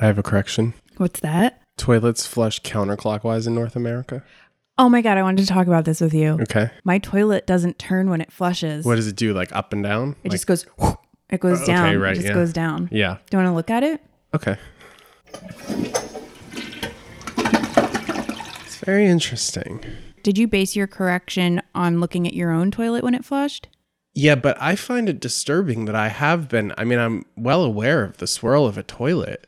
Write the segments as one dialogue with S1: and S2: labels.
S1: I have a correction.
S2: What's that?
S1: Toilets flush counterclockwise in North America.
S2: Oh my God, I wanted to talk about this with you.
S1: Okay.
S2: My toilet doesn't turn when it flushes.
S1: What does it do? Like up and down?
S2: It just goes, whoop. it goes
S1: okay,
S2: down.
S1: right,
S2: it just
S1: yeah.
S2: goes down.
S1: yeah.
S2: Do you want to look at it?
S1: Okay. It's very interesting.
S2: Did you base your correction on looking at your own toilet when it flushed?
S1: Yeah, but I find it disturbing that I have been. I mean, I'm well aware of the swirl of a toilet.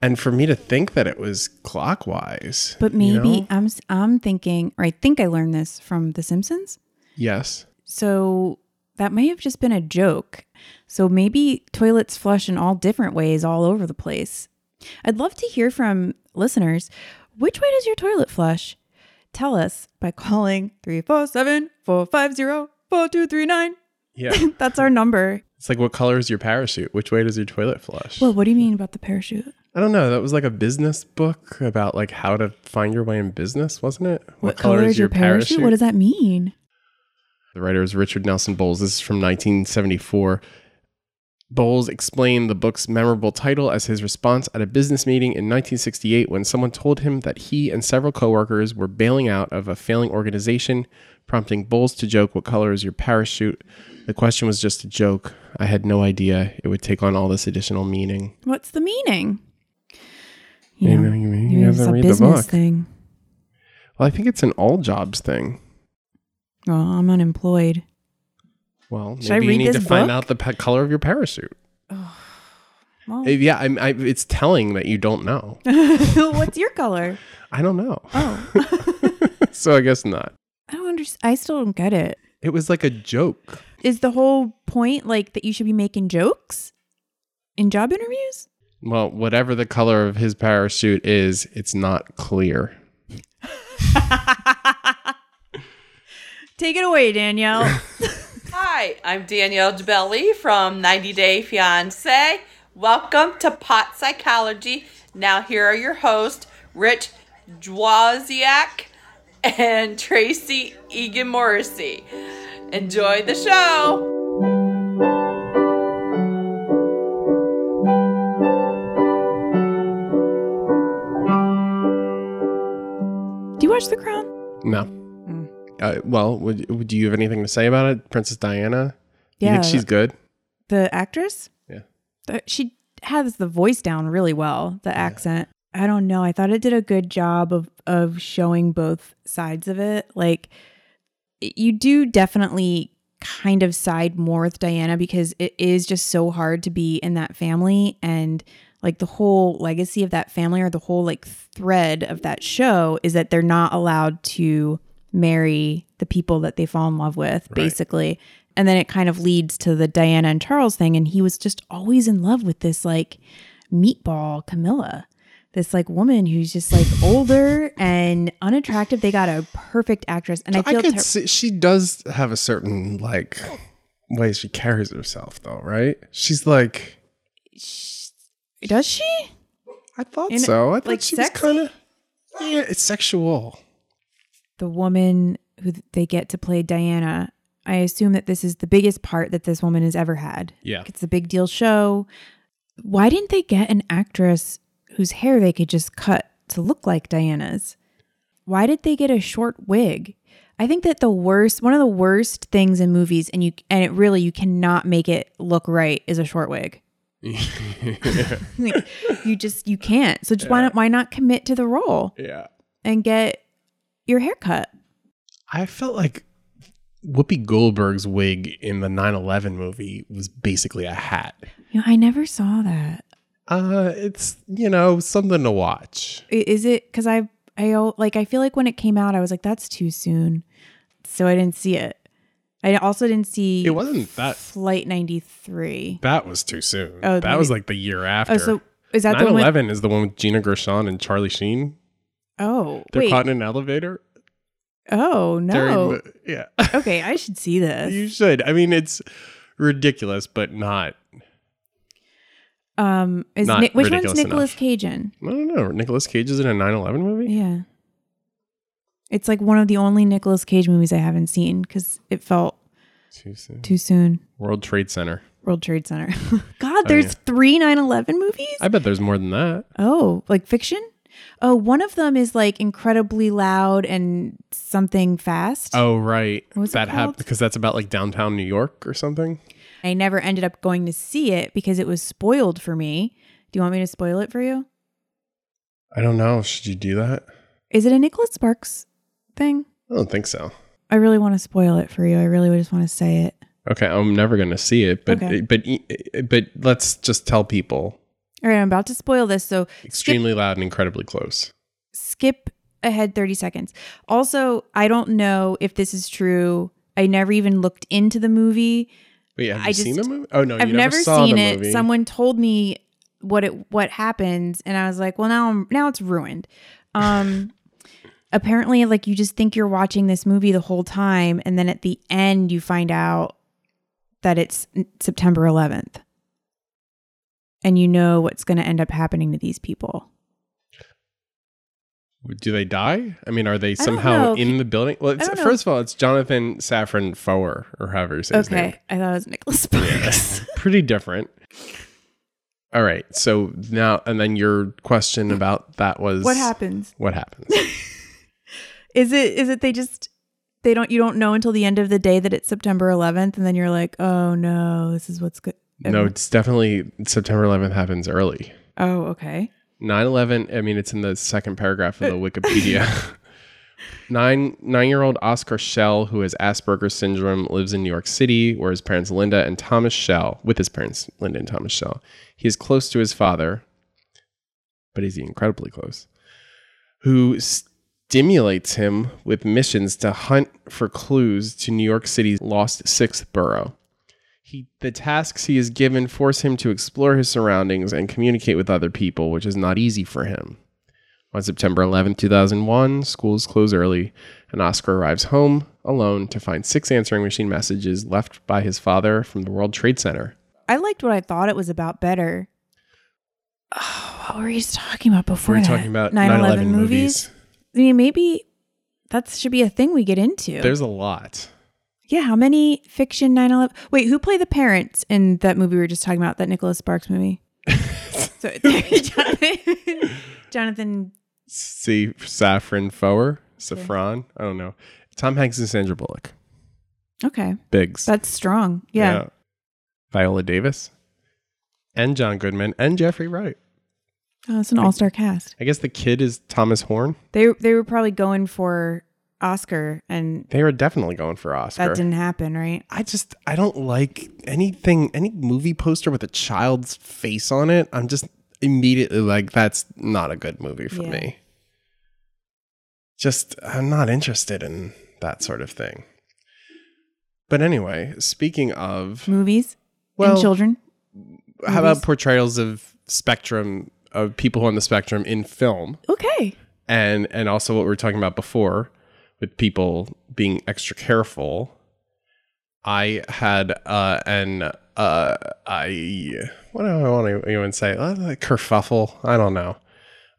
S1: And for me to think that it was clockwise.
S2: But
S1: you know?
S2: maybe I'm s- I'm thinking, or I think I learned this from The Simpsons.
S1: Yes.
S2: So that may have just been a joke. So maybe toilets flush in all different ways all over the place. I'd love to hear from listeners. Which way does your toilet flush? Tell us by calling 347 450 4239.
S1: Yeah.
S2: That's our number.
S1: it's like, what color is your parachute? Which way does your toilet flush?
S2: Well, what do you mean about the parachute?
S1: I don't know. That was like a business book about like how to find your way in business, wasn't it? What,
S2: What does that mean?
S1: The writer is Richard Nelson Bowles. This is from 1974. Bowles explained the book's memorable title as his response at a business meeting in 1968 when someone told him that he and several coworkers were bailing out of a failing organization, prompting Bowles to joke, What color is your parachute? The question was just a joke. I had no idea it would take on all this additional meaning.
S2: What's the meaning?
S1: You know, you- you
S2: maybe
S1: gotta
S2: it's a
S1: read the
S2: business
S1: book.
S2: thing.
S1: Well, I think it's an all jobs thing.
S2: Well, I'm unemployed.
S1: Well, maybe
S2: Should I
S1: you
S2: read
S1: need to
S2: this
S1: find
S2: book?
S1: out the pa- color of your parachute.
S2: Well,
S1: Uh, Yeah, I'm, I, it's telling that you don't know.
S2: what's your color?
S1: I don't know.
S2: Oh,
S1: so I guess not.
S2: I don't understand. I still don't get it.
S1: It was like a joke.
S2: Is the whole point like that you should be making jokes in job interviews?
S1: Well, whatever the color of his parachute is, it's not clear.
S2: Take it away, Danielle.
S3: Hi, I'm Danielle DeBelli from 90 Day Fiance. Welcome to Pot Psychology. Now, here are your hosts, Rich Dwoziak and Tracy Egan Morrissey. Enjoy the show.
S2: Do you watch The Crown?
S1: No.
S2: Hmm.
S1: Uh, well, would, would- do you have anything to say about it, Princess Diana? You
S2: Yeah,
S1: think she's good?
S2: the actress.
S1: Yeah.
S2: The- she has the voice down really well. The accent. I don't know. I thought it did a good job of of showing both sides of it. Like you do definitely kind of side more with Diana because it is just so hard to be in that family and like the whole legacy of that family or the whole like thread of that show is that they're not allowed to marry the people that they fall in love with basically and then it kind of leads to the Diana and Charles thing and he was just always in love with this like meatball Camilla this like woman who's just like older and unattractive they got a perfect actress and I
S1: I
S2: feel
S1: could
S2: ter-
S1: see she does have a certain like way she carries herself, though, right? She's like,
S2: Does she?
S1: I thought
S2: In-
S1: so. I thought
S2: like,
S1: she
S2: sexy?
S1: was kind of yeah, it's sexual.
S2: The woman who th- they get to play Diana. I assume that this is the biggest part that this woman has ever had.
S1: Yeah.
S2: It's a big deal show. Why didn't they get an actress whose hair they could just cut to look like Diana's? Why did they get a short wig? I think that the worst, one of the worst things in movies, and you, and it really, you cannot make it look right, is a short wig. Like, you just, you can't. So just why not, why not commit to the role?
S1: Yeah.
S2: and get your hair cut.
S1: I felt like Whoopi Goldberg's wig in the 9/11 movie was basically a hat.
S2: You know, I never saw that.
S1: Uh, it's you know something to watch.
S2: I- Is it because I I al- like I feel like when it came out, I was like, that's too soon, so I didn't see it. I also didn't see
S1: It wasn't that
S2: Flight ninety three.
S1: that was too soon.
S2: Oh,
S1: that was
S2: maybe-
S1: like the year after.
S2: Oh, so is that the one? with-
S1: 9/11 is the one with Gina Gershon and Charlie Sheen.
S2: Oh,
S1: They're
S2: wait.
S1: caught in an elevator.
S2: oh
S1: during
S2: no.
S1: the- yeah,
S2: okay, I should see this.
S1: you should. I mean, it's ridiculous, but not.
S2: Um, is
S1: Not
S2: Ni- which one's
S1: ridiculous
S2: Nicolas
S1: enough.
S2: Cage in?
S1: I don't know. Nicolas Cage is in a 9/11 movie.
S2: Yeah. It's like one of the only Nicolas Cage movies I haven't seen because it felt
S1: Too soon.
S2: too soon.
S1: World Trade Center.
S2: World Trade Center. God, there's
S1: Oh, yeah.
S2: three 9 11 movies?
S1: I bet there's more than that.
S2: oh, like fiction? Oh, one of them is like incredibly loud and something fast.
S1: Oh, right.
S2: What's it
S1: that
S2: called?
S1: because that's about like downtown New York or something.
S2: I never ended up going to see it because it was spoiled for me. Do you want me to spoil it for you?
S1: I don't know. Should you do that?
S2: Is it a Nicholas Sparks thing?
S1: I don't think so.
S2: I really want to spoil it for you. I really just want to say it.
S1: Okay, I'm never going to see it, but
S2: Okay.
S1: but e, but let's just tell people
S2: All right, I'm about to spoil this, so
S1: extremely loud and incredibly close.
S2: skip ahead 30 seconds. Also, I don't know if this is true. I never even looked into the movie.
S1: Wait, have you
S2: I
S1: seen the
S2: just-
S1: movie? Oh no,
S2: I've
S1: you never,
S2: never
S1: saw
S2: seen
S1: the
S2: it.
S1: movie.
S2: Someone told me what it what happens and I was like, "Well, now I'm now it's ruined." Um apparently like you just think you're watching this movie the whole time and then at the end you find out that it's n- September 11th. And you know what's going to end up happening to these people.
S1: Do they die? I mean, are they
S2: don't
S1: somehow
S2: know.
S1: in the building? Well, it's,
S2: don't know.
S1: first of all, it's Jonathan Safran Foer or however you say his name.
S2: Okay, I thought it was Nicholas Sparks.
S1: Pretty different. All right. So now and then your question about that was
S2: what happens?
S1: What happens?
S2: Is it is it they just they don't you don't know until the end of the day that it's September 11th and then you're like, "Oh no, this is what's good."
S1: no, it's definitely September 11th happens early.
S2: Oh, okay.
S1: 9 11, I mean, it's in the second paragraph of the Wikipedia. Nine nine year old Oscar Shell, who has Asperger's syndrome, lives in New York City, where his parents Linda and Thomas Shell, with his parents Linda and Thomas Shell. He is close to his father, but he's incredibly close, who stimulates him with missions to hunt for clues to New York City's lost sixth borough. He, the tasks he is given force him to explore his surroundings and communicate with other people, which is not easy for him. On September 11, 2001, schools close early, and Oscar arrives home alone to find six answering machine messages left by his father from the World Trade Center.
S2: I liked what I thought it was about better. Oh, what were you talking about before
S1: We're
S2: that?
S1: talking about 9
S2: 9/11
S1: 11 movies.
S2: I mean, maybe that should be a thing we get into.
S1: There's a lot.
S2: yeah, how many fiction 9/11? Wait, who played the parents in that movie we were just talking about? That Nicholas Sparks movie. so Jonathan, Jonathan
S1: See, Saffron Foer, Saffron, I don't know. Tom Hanks and Sandra Bullock.
S2: Okay,
S1: Biggs.
S2: that's strong. Yeah.
S1: Viola Davis and John Goodman and Jeffrey Wright.
S2: Oh, it's an all-star cast.
S1: I guess the kid is Thomas Horn.
S2: They they were probably going for Oscar and
S1: They were definitely going for
S2: that
S1: Oscar.
S2: didn't happen, right?
S1: I just I don't like anything any movie poster with a child's face on it. I'm just immediately like that's not a good movie for
S2: Yeah.
S1: me. Just I'm not interested in that sort of thing. But anyway, speaking of
S2: Movies
S1: well,
S2: and children.
S1: how about
S2: movies.
S1: portrayals of spectrum of people on the spectrum in film?
S2: Okay.
S1: and and also what we were talking about before with people being extra careful i had uh an uh i what do i want to even say uh, like kerfuffle i don't know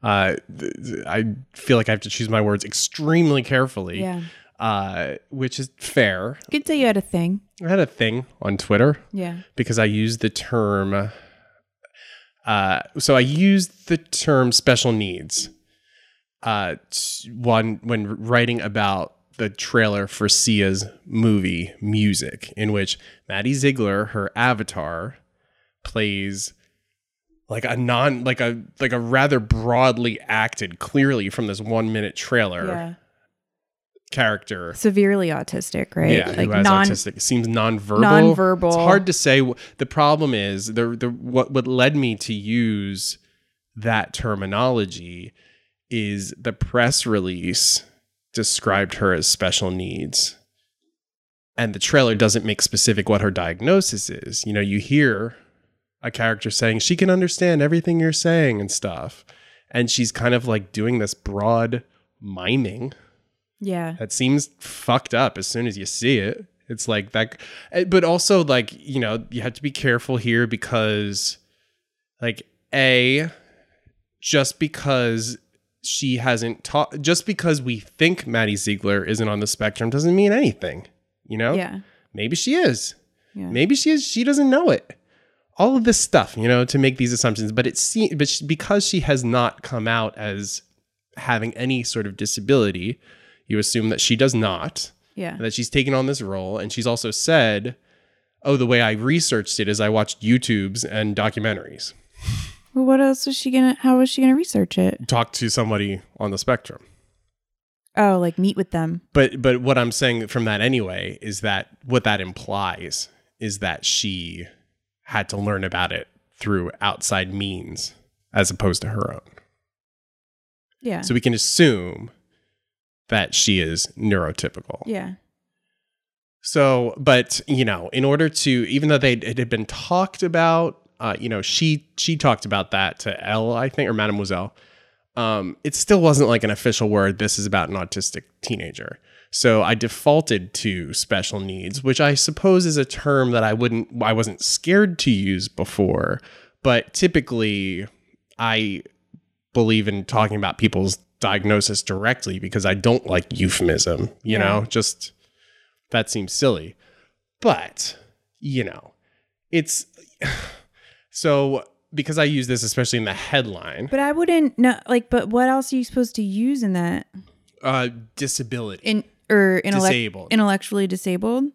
S1: uh th- th- i feel like i have to choose my words extremely carefully
S2: Yeah.
S1: uh which is fair
S2: Good say you had a thing.
S1: i had a thing on twitter
S2: Yeah.
S1: because I used the term. Uh, so I used the term special needs. Uh, t- one when writing about the trailer for Sia's movie Music, in which Maddie Ziegler, her avatar, plays like a non like a like a rather broadly acted, clearly from this one minute trailer
S2: Yeah.
S1: character.
S2: Severely autistic, right?
S1: Yeah,
S2: like
S1: who has
S2: non
S1: autistic. It seems nonverbal.
S2: Nonverbal.
S1: It's hard to say. wh- The problem is the the what what led me to use that terminology is the press release described her as special needs. And the trailer doesn't make specific what her diagnosis is. You know, you hear a character saying she can understand everything you're saying and stuff. And she's kind of like doing this broad miming
S2: Yeah.
S1: that seems fucked up as soon as you see it. It's like that, eh, but also like you know you have to be careful here because, like a, just because she hasn't taught, just because we think Maddie Ziegler isn't on the spectrum doesn't mean anything. You know,
S2: Yeah.
S1: maybe she is.
S2: Yeah.
S1: Maybe she is, she doesn't know it. All of this stuff, you know, to make these assumptions, but it seems, but she, because she has not come out as having any sort of disability, you assume that she does not,
S2: Yeah.
S1: and that she's taken on this role, and she's also said, "Oh, the way I researched it is I watched YouTubes and documentaries,
S2: Well, what else was she gonna? How was she gonna research it?
S1: talked to somebody on the spectrum."
S2: Oh, like meet with them.
S1: But but what I'm saying from that anyway is that what that implies is that she had to learn about it through outside means as opposed to her own.
S2: Yeah.
S1: So we can assume that she is neurotypical.
S2: yeah.
S1: So, but you know, in order to, even though they it had been talked about, uh, you know, she she talked about that to Elle, I think, or Mademoiselle. Um, it still wasn't like an official word. This is about an autistic teenager. So I defaulted to special needs, which I suppose is a term that I wouldn't, I wasn't scared to use before, but typically I believe in talking about people's diagnosis directly because I don't like euphemism. You
S2: Yeah.
S1: know, just that seems silly. But, you know, it's so because I use this especially in the headline,
S2: But I wouldn't know. Like, but what else are you supposed to use in that?
S1: uh disability.
S2: In or intellect-
S1: Disabled.
S2: intellectually disabled.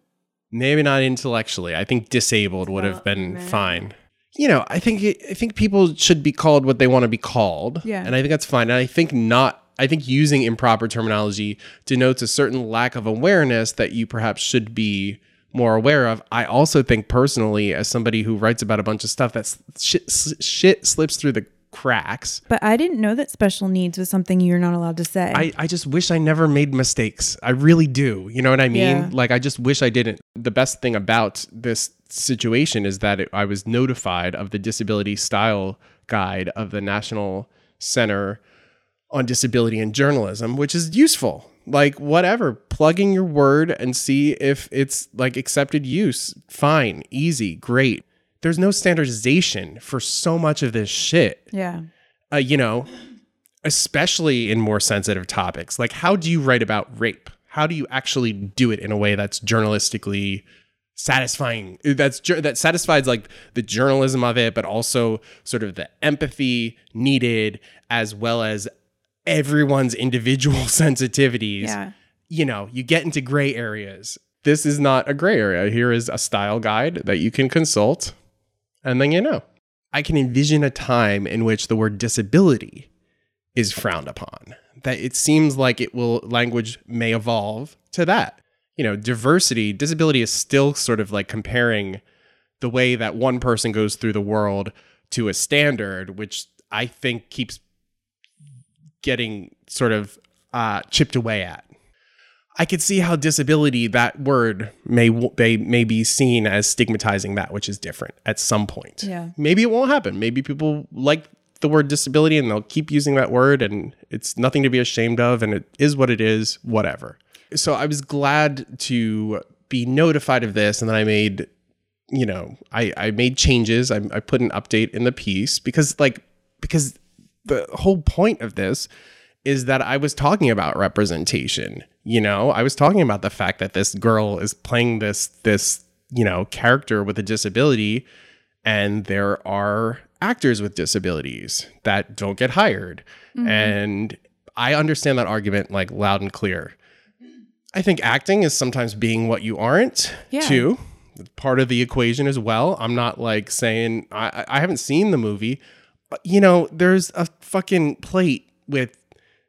S1: Maybe not intellectually. I think disabled would have been
S2: Right.
S1: fine. You know, I think it, I think people should be called what they want to be called.
S2: Yeah.
S1: And I think that's fine. And I think not I think using improper terminology denotes a certain lack of awareness that you perhaps should be more aware of. I also think personally as somebody who writes about a bunch of stuff that's shit, sli- shit slips through the cracks.
S2: But I didn't know that special needs was something you're not allowed to say.
S1: I, I just wish I never made mistakes. I really do. You know what I mean?
S2: Yeah.
S1: Like, I just wish I didn't. The best thing about this situation is that it, I was notified of the disability style guide of the National Center on Disability and Journalism, which is useful. Like, whatever, plug in your word and see if it's like accepted use. Fine, easy, great. There's no standardization for so much of this shit
S2: yeah.
S1: uh, you know, especially in more sensitive topics. Like, how do you write about rape? How do you actually do it in a way that's journalistically satisfying? That's ju- that satisfies like the journalism of it, but also sort of the empathy needed, as well as everyone's individual sensitivities.
S2: Yeah.
S1: You know, you get into gray areas. This is not a gray area. Here is a style guide that you can consult and then you know. I can envision a time in which the word disability is frowned upon. That it seems like it will language may evolve to that. You know, diversity, disability is still sort of like comparing the way that one person goes through the world to a standard, which I think keeps getting sort of uh, chipped away at. I could see how disability, that word, may, may may be seen as stigmatizing that which is different at some point.
S2: Yeah.
S1: Maybe it won't happen. Maybe people like the word disability and they'll keep using that word and it's nothing to be ashamed of and it is what it is, whatever. So I was glad to be notified of this and then I made you know, I, I made changes. I, I put an update in the piece because like because the whole point of this is that I was talking about representation. You know, I was talking about the fact that this girl is playing this this you know character with a disability, and there are actors with disabilities that don't get hired, and I understand that argument like loud and clear. I think acting is sometimes being what you aren't
S2: Yeah.
S1: too. Part of the equation as well. I'm not like saying I, I I haven't seen the movie. But, You know, there's a fucking plate with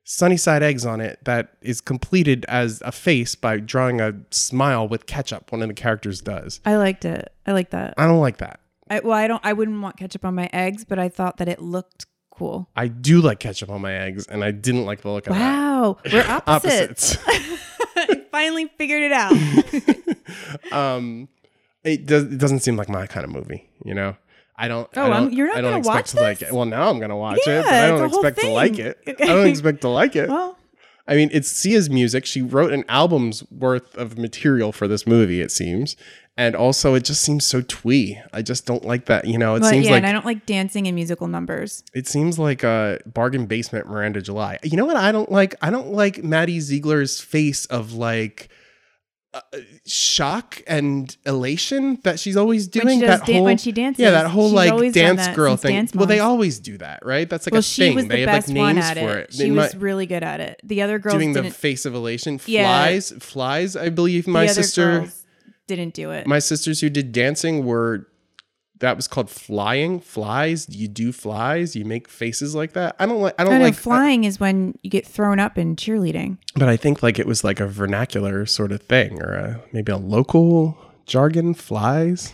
S1: sunny side eggs on it that is completed as a face by drawing a smile with ketchup. One of the characters does.
S2: I liked it. I like that.
S1: I don't like that.
S2: I, well, I don't. I wouldn't want ketchup on my eggs, but I thought that it looked cool.
S1: I do like ketchup on my eggs, and I didn't like the look of that.
S2: Wow, we're opposites.
S1: Opposites.
S2: I finally figured it out.
S1: um it does it doesn't seem like my kind of movie you know i don't
S2: Oh,
S1: I don't,
S2: I'm- you're not
S1: I don't
S2: gonna
S1: expect
S2: watch
S1: to like
S2: this?
S1: it well now i'm gonna watch it but
S2: Yeah,
S1: i
S2: it's
S1: don't
S2: a whole
S1: expect to like
S2: thing.
S1: it i don't expect to like it
S2: Well,
S1: i mean it's sia's music she wrote an album's worth of material for this movie it seems and also it just seems so twee i just don't like that you know it
S2: but
S1: seems
S2: yeah,
S1: like
S2: and I don't like dancing and musical numbers.
S1: it seems like a bargain basement Miranda July. You know what I don't like? I don't like Maddie Ziegler's face of like shock and elation that she's always
S2: When
S1: doing
S2: she does
S1: that
S2: dan-
S1: whole
S2: when she dances,
S1: yeah that whole
S2: she's
S1: like
S2: always done
S1: dance
S2: that
S1: girl
S2: since
S1: thing
S2: Dance
S1: well they
S2: Moms.
S1: always do that right that's like
S2: well,
S1: a
S2: she
S1: thing
S2: was
S1: they
S2: the
S1: have
S2: best
S1: like
S2: one
S1: names
S2: at
S1: for
S2: it.
S1: it
S2: She
S1: In
S2: was
S1: my-
S2: really good at it. The other girls
S1: doing the
S2: didn't.
S1: face of elation
S2: Yeah.
S1: flies flies i believe
S2: the
S1: my
S2: other
S1: sister
S2: girls didn't do it.
S1: my sisters who did dancing were that was called flying flies you do flies you make faces like that i don't like i don't
S2: no, no,
S1: like
S2: flying is when you get thrown up in cheerleading.
S1: but i think like it was like a vernacular sort of thing or a, maybe a local jargon flies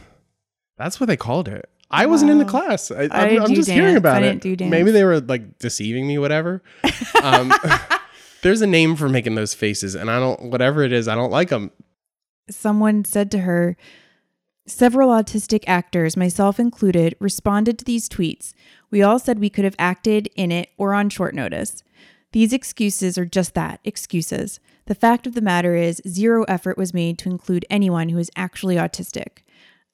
S1: that's what they called it i wasn't in the class I,
S2: I
S1: I
S2: didn't
S1: am
S2: do
S1: just hearing
S2: dance.
S1: about
S2: I
S1: it
S2: didn't do dance.
S1: maybe they were like deceiving me whatever um, there's a name for making those faces and i don't whatever it is i don't like them
S2: Someone said to her, Several autistic actors, myself included, responded to these tweets. We all said we could have acted in it or on short notice. These excuses are just that excuses. The fact of the matter is, zero effort was made to include anyone who is actually autistic.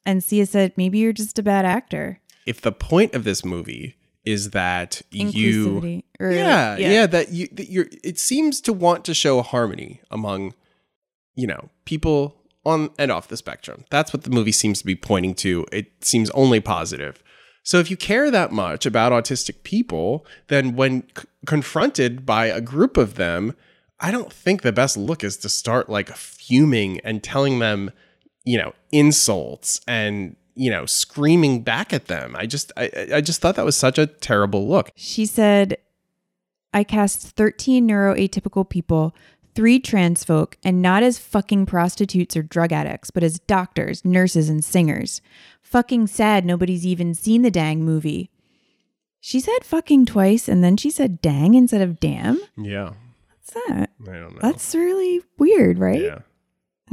S2: And Sia said, Maybe you're just a bad actor.
S1: if the point of this movie is that you
S2: Inclusivity. or-
S1: yeah, yeah, that you that you're it seems to want to show harmony among you know, people on and off the spectrum. That's what the movie seems to be pointing to. It seems only positive. So if you care that much about autistic people, then when c- confronted by a group of them, I don't think the best look is to start like fuming and telling them, you know, insults and you know, screaming back at them. I just, I, I- I just thought that was such a terrible look.
S2: She said, I cast 13 neuroatypical people, three trans folk, and not as fucking prostitutes or drug addicts, but as doctors, nurses, and singers. Fucking sad nobody's even seen the dang movie. She said fucking twice and then she said dang instead of damn.
S1: Yeah,
S2: What's that?
S1: I don't know.
S2: That's really weird, right?
S1: yeah.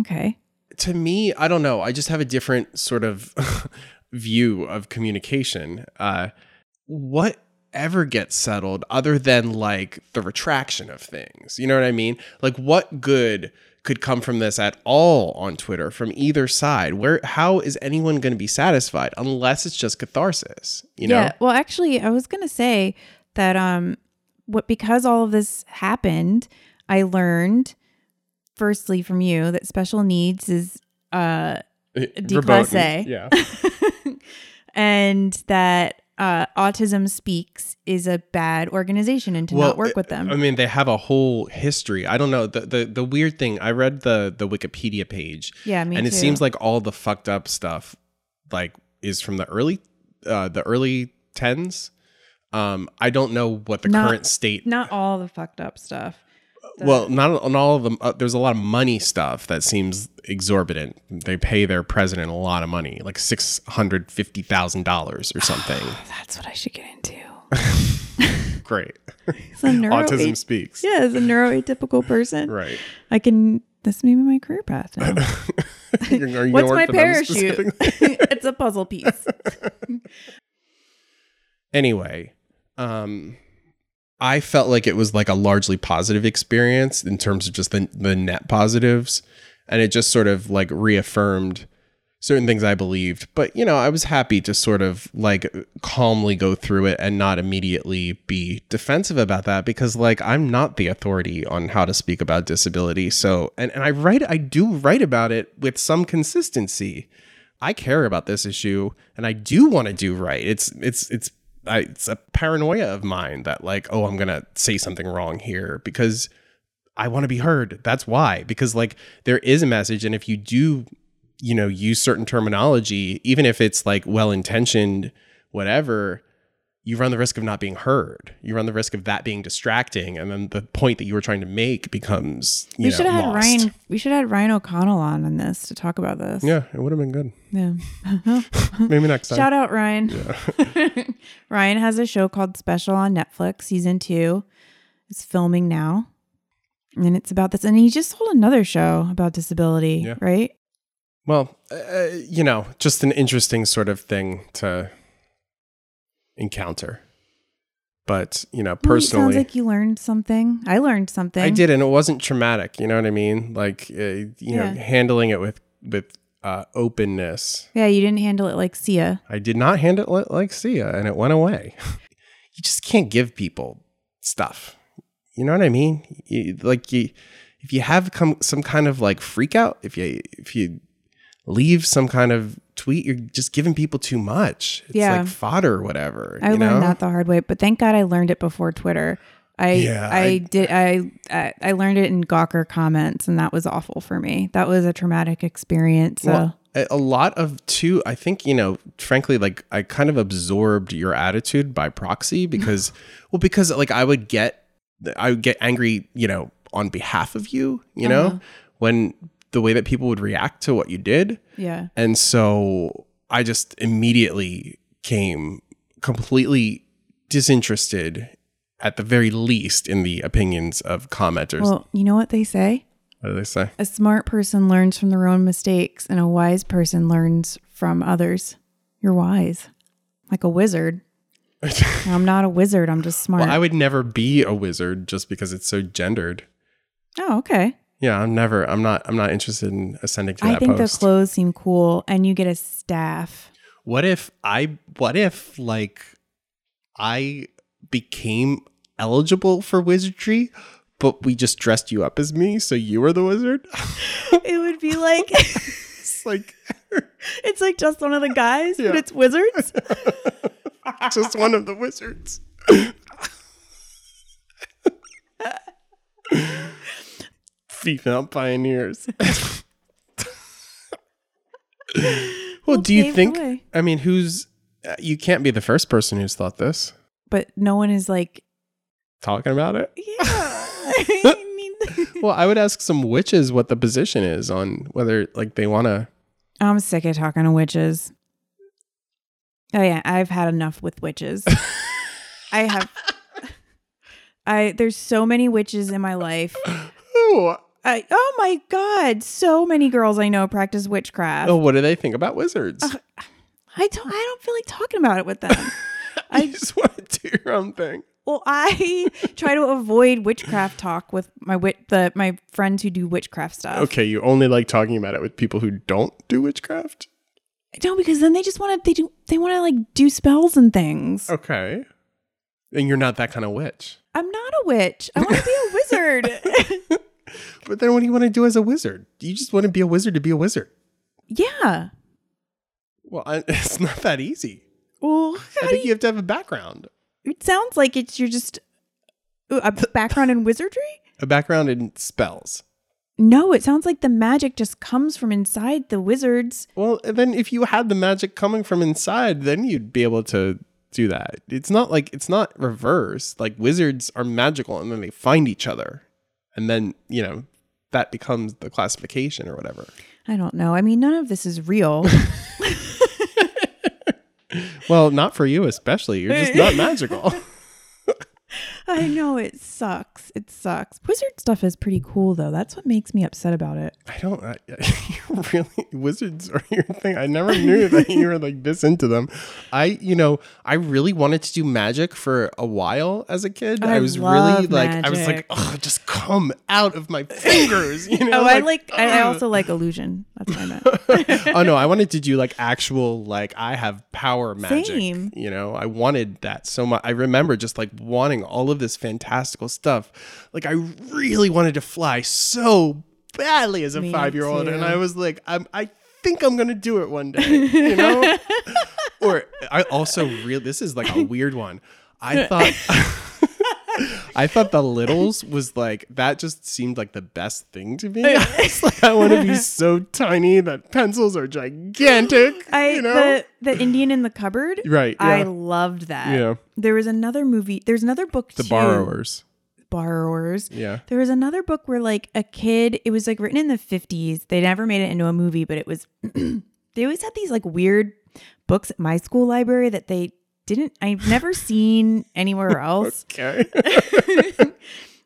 S2: Okay.
S1: to me, I don't know. I just have a different sort of view of communication. Uh, what ever gets settled other than like the retraction of things? You know what I mean? Like, what good could come from this at all on Twitter from either side? Where, how is anyone going to be satisfied unless it's just catharsis? You know?
S2: yeah. Well, actually, I was gonna say that um, what because all of this happened, I learned firstly from you that special needs is uh, Declasse.
S1: Eh, Verboten. Yeah.
S2: and that uh, autism speaks is a bad organization and to not work with them.
S1: I mean, they have a whole history. I don't know. The the, the weird thing, I read the the Wikipedia page.
S2: Yeah, me
S1: And it
S2: too.
S1: seems like all the fucked up stuff like is from the early uh the early 10s. Um I don't know what the
S2: Not-
S1: current state
S2: not all the fucked up stuff. the-
S1: well, not on all of them. Uh, there's a lot of money stuff that seems exorbitant. They pay their president a lot of money, like six hundred fifty thousand dollars or something.
S2: That's what I should get into.
S1: Great,
S2: It's a neuro
S1: autism speaks.
S2: Yeah, as a neuroatypical person,
S1: Right.
S2: I can. That's maybe my career path now.
S1: You're- are you gonna
S2: What's
S1: work
S2: my
S1: for them specifically?
S2: parachute? it's a puzzle piece.
S1: anyway, um, I felt like it was like a largely positive experience in terms of just the the net positives, and it just sort of like reaffirmed certain things I believed. But you know, I was happy to sort of like calmly go through it and not immediately be defensive about that because like I'm not the authority on how to speak about disability. So and, and I write I do write about it with some consistency. I care about this issue and I do want to do right. It's it's it's I, it's a paranoia of mine that like oh I'm going to say something wrong here because I want to be heard. That's why because like there is a message and if you do you know use certain terminology even if it's like well intentioned whatever you run the risk of not being heard. You run the risk of that being distracting and then the point that you were trying to make becomes you
S2: we
S1: know,
S2: should have had
S1: lost.
S2: Ryan. We should have had Ryan O'Connell on on this to talk about this.
S1: Yeah, it would have been good.
S2: Yeah.
S1: Maybe next time.
S2: Shout out Ryan. Ryan has a show called Special on Netflix, season two. It's filming now, and it's about this. And he just sold another show about disability,
S1: Yeah.
S2: right?
S1: Well, uh, you know, just an interesting sort of thing to encounter. But, you know,
S2: Well, it sounds
S1: personally,
S2: like you learned something. I learned something.
S1: I did, and it wasn't traumatic. You know what I mean? Like, uh, you know,
S2: Yeah.
S1: handling it with, with uh, openness.
S2: Yeah, you didn't handle it like Sia.
S1: I did not handle it li- like Sia, and it went away. you just can't give people stuff. You know what I mean? You, like, you, if you have come some kind of like freak out, if you if you leave some kind of tweet, you're just giving people too much. It's
S2: Yeah.
S1: like fodder or whatever.
S2: I
S1: you know?
S2: learned that the hard way, but thank God I learned it before Twitter. I
S1: Yeah,
S2: I,
S1: I-
S2: did I, I I learned it in Gawker comments, and that was awful for me. That was a traumatic experience. So
S1: Well, a a lot of too, I think, you know, frankly, like I kind of absorbed your attitude by proxy because, well, because like I would get, I would get angry, you know, on behalf of you, you know, when the way that people would react to what you did.
S2: yeah,
S1: And so I just immediately came completely disinterested at the very least in the opinions of commenters.
S2: well, you know what they say:
S1: what do they say?
S2: a smart person learns from their own mistakes, and a wise person learns from others. You're wise, like a wizard. I'm not a wizard. I'm just smart.
S1: Well, I would never be a wizard just because it's so gendered.
S2: oh, okay.
S1: Yeah, I'm never. I'm not. I'm not interested in ascending to
S2: I
S1: that
S2: think
S1: post.
S2: the clothes seem cool, and you get a staff.
S1: what if I? What if like I became eligible for wizardry, but we just dressed you up as me, so you were the wizard?
S2: it would be like.
S1: it's like
S2: It's like just one of the guys,
S1: Yeah.
S2: but it's wizards.
S1: just one of the wizards. Female pioneers. well, do you
S2: pave the
S1: think?
S2: way.
S1: I mean, who's uh, you can't be the first person who's thought this.
S2: But no one is like,
S1: Talking about it.
S2: yeah. I mean,
S1: Well, I would ask some witches what the position is on whether like they want to.
S2: I'm sick of talking to witches. Oh yeah, I've had enough with witches. I have. I there's so many witches in my life.
S1: Oh,
S2: I oh my god, so many girls I know practice witchcraft.
S1: oh, what do they think about wizards?
S2: I don't. I don't feel like talking about it with them.
S1: I
S2: I-
S1: just want to do your own thing.
S2: Well, I try to avoid witchcraft talk with my wit the my friends who do witchcraft stuff.
S1: Okay, you only like talking about it with people who don't do witchcraft.
S2: No, because then they just want to they do they want to like do spells and things.
S1: Okay. And you're not that kind of witch.
S2: I'm not a witch. I want to be a wizard.
S1: But then what do you want to do as a wizard? You just want to be a wizard to be a wizard.
S2: yeah.
S1: Well, I, it's not that easy.
S2: Well,
S1: I
S2: how do
S1: think you have to have a background.
S2: you- it sounds like it's you're just Ooh, a background in wizardry.
S1: A background in spells.
S2: No, it sounds like the magic just comes from inside the wizards.
S1: Well, then if you had the magic coming from inside, then you'd be able to do that. It's not like it's not reverse. Like wizards are magical and then they find each other. And then, you know, that becomes the classification or whatever.
S2: I don't know. I mean, none of this is real.
S1: Well, not for you especially. You're just not magical.
S2: I know it sucks. It sucks. Wizard stuff is pretty cool though. That's what makes me upset about it.
S1: I don't. I, you really wizards are your thing. I never knew that you were like this into them. I, you know, I really wanted to do magic for a while as a kid. I,
S2: I
S1: was
S2: love
S1: really like, I was like,
S2: magic.
S1: oh, just come out of my fingers. You know.
S2: Oh, I like. I, I
S1: ugh.
S2: also like illusion. That's what I meant.
S1: oh no, I wanted to do like actual like I have power magic.
S2: Same.
S1: You know, I wanted that so much. I remember just like wanting all of this fantastical stuff. Like I really wanted to fly so badly as a
S2: Me
S1: five year old,
S2: too.
S1: and I was like, I'm I think I'm gonna do it one day. You know. or I also real. This is like a weird one. I thought. I thought the littles was like that just seemed like the best thing to me. It's like I want to be so tiny that pencils are gigantic.
S2: I
S1: you know?
S2: the the Indian in the cupboard.
S1: Right,
S2: I
S1: yeah.
S2: loved that.
S1: Yeah.
S2: There was another movie. There's another book.
S1: the
S2: too,
S1: borrowers.
S2: Borrowers.
S1: Yeah.
S2: There was another book where like a kid. It was like written in the fifties. They never made it into a movie, but it was. they always had these like weird books at my school library that they didn't. I've never seen anywhere else.
S1: Okay.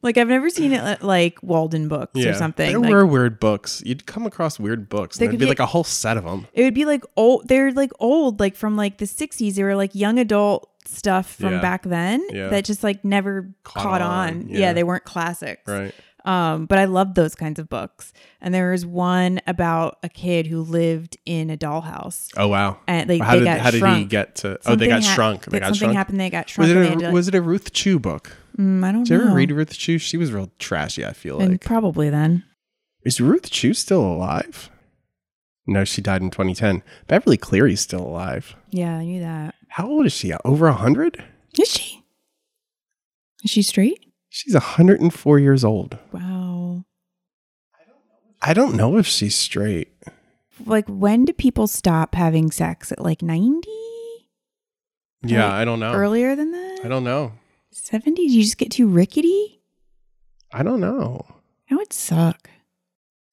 S2: Like I've never seen it at, like Walden Books or something.
S1: There
S2: Like,
S1: were weird books. You'd come across weird books.
S2: There
S1: And there'd
S2: could
S1: be
S2: be-
S1: like a whole set of them.
S2: It would be like old. They're like old, like from like the sixties. They were like young adult stuff from
S1: Yeah.
S2: back then
S1: Yeah.
S2: that just like never
S1: Caught
S2: caught,
S1: on,
S2: on.
S1: yeah.
S2: Yeah. they weren't classics.
S1: Right.
S2: Um, but I loved those kinds of books. And there was one about a kid who lived in a dollhouse.
S1: Oh wow.
S2: And they,
S1: how
S2: they
S1: did
S2: got
S1: how did he
S2: shrunk.
S1: get to? Oh, they
S2: Something
S1: got
S2: hap-
S1: shrunk. They
S2: that
S1: got
S2: something
S1: shrunk.
S2: happened. They got
S1: Was
S2: shrunk.
S1: it
S2: and they had
S1: a
S2: to,
S1: was it a Ruth Chew book?
S2: Mm, I don't
S1: Did you
S2: know.
S1: ever read Ruth Chew? She was real trashy. I feel
S2: And
S1: like.
S2: probably then.
S1: Is Ruth Chew still alive? No, she died in 2010. Beverly Cleary's still alive.
S2: Yeah, I knew that.
S1: How old is she? Over 100?
S2: Is she? Is she straight?
S1: She's 104 years old.
S2: Wow.
S1: I don't know if she's straight.
S2: Like, when do people stop having sex? At like 90?
S1: Yeah,
S2: Like,
S1: I don't know.
S2: Earlier than that?
S1: Oh. I don't know.
S2: 70? Do you just get too rickety?
S1: I don't know.
S2: That would suck.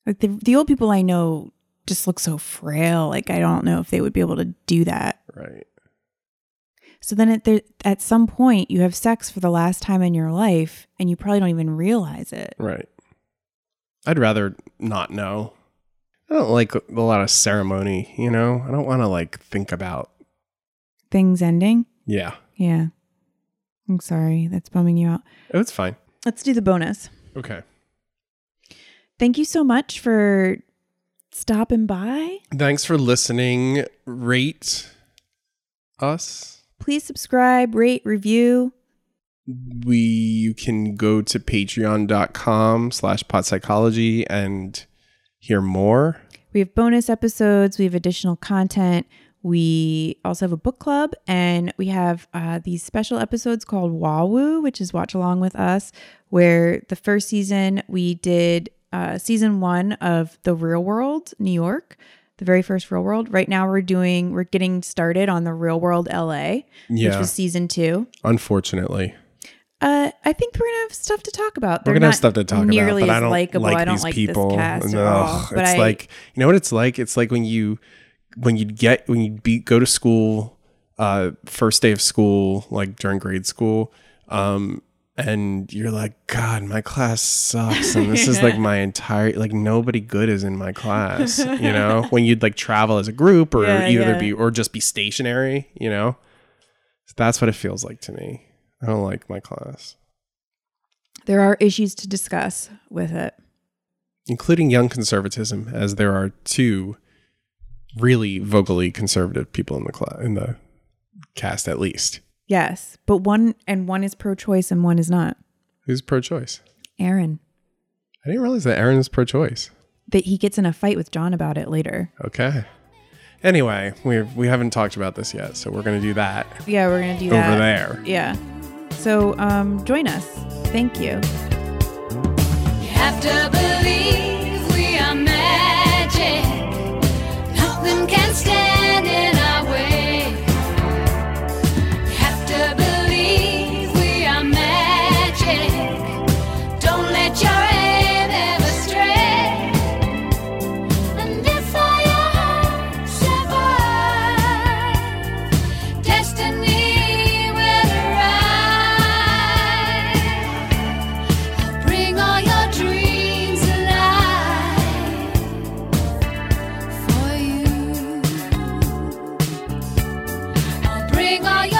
S2: Like, the, the old people I know just look so frail. Like, I don't know if they would be able to do that.
S1: Right.
S2: So then at, the, at some point, you have sex for the last time in your life, and you probably don't even realize it.
S1: Right. I'd rather not know. I don't like a lot of ceremony, you know? I don't want to like think about.
S2: Things ending?
S1: Yeah.
S2: Yeah. I'm sorry. That's bumming you out.
S1: Oh, It's fine.
S2: Let's do the bonus.
S1: Okay.
S2: Thank you so much for stopping by.
S1: Thanks for listening. Rate us.
S2: Please subscribe, rate, review.
S1: we you can go to patreon.com slash pot psychology and hear more
S2: We have bonus episodes, we have additional content. We also have a book club, and we have uh, these special episodes called Wawoo, which is Watch Along with Us, where the first season we did uh, season one of The Real World, New York, the very first Real World. Right now we're doing, we're getting started on The Real World LA, which
S1: yeah
S2: was season two.
S1: unfortunately
S2: Uh, I think we're gonna have stuff to talk about.
S1: we're
S2: They're
S1: gonna have
S2: not
S1: stuff to talk about
S2: nearly
S1: but
S2: as
S1: i don't
S2: likable.
S1: like
S2: I don't
S1: these
S2: like
S1: people
S2: this cast
S1: And,
S2: at all.
S1: ugh,
S2: But
S1: it's
S2: I,
S1: like you know what it's like it's like when you when you'd get when you'd be go to school uh first day of school like during grade school um and you're like god my class sucks and this is like my entire like nobody good is in my class you know when you'd like travel as a group or
S2: Yeah,
S1: either
S2: yeah.
S1: be or just be stationary you know that's what it feels like to me i don't like my class
S2: there are issues to discuss with it.
S1: including young conservatism, as there are two really vocally conservative people in the cla in the cast at least.
S2: Yes, but one and one is pro-choice and one is not.
S1: Who's pro-choice?
S2: Aaron,
S1: I didn't realize that Aaron is pro-choice.
S2: that he gets in a fight with John about it later.
S1: Okay. Anyway, we we haven't talked about this yet, so we're gonna do that
S2: Yeah, we're gonna do
S1: over
S2: that.
S1: there.
S2: Yeah. So um, join us. Thank you.
S4: have to believe we are magic. Nothing can stand in our way. Have to believe we are magic. Don't let your aim ever stray. And if I survive, destiny will arrive. Bring all your dreams alive for you. I'll bring all your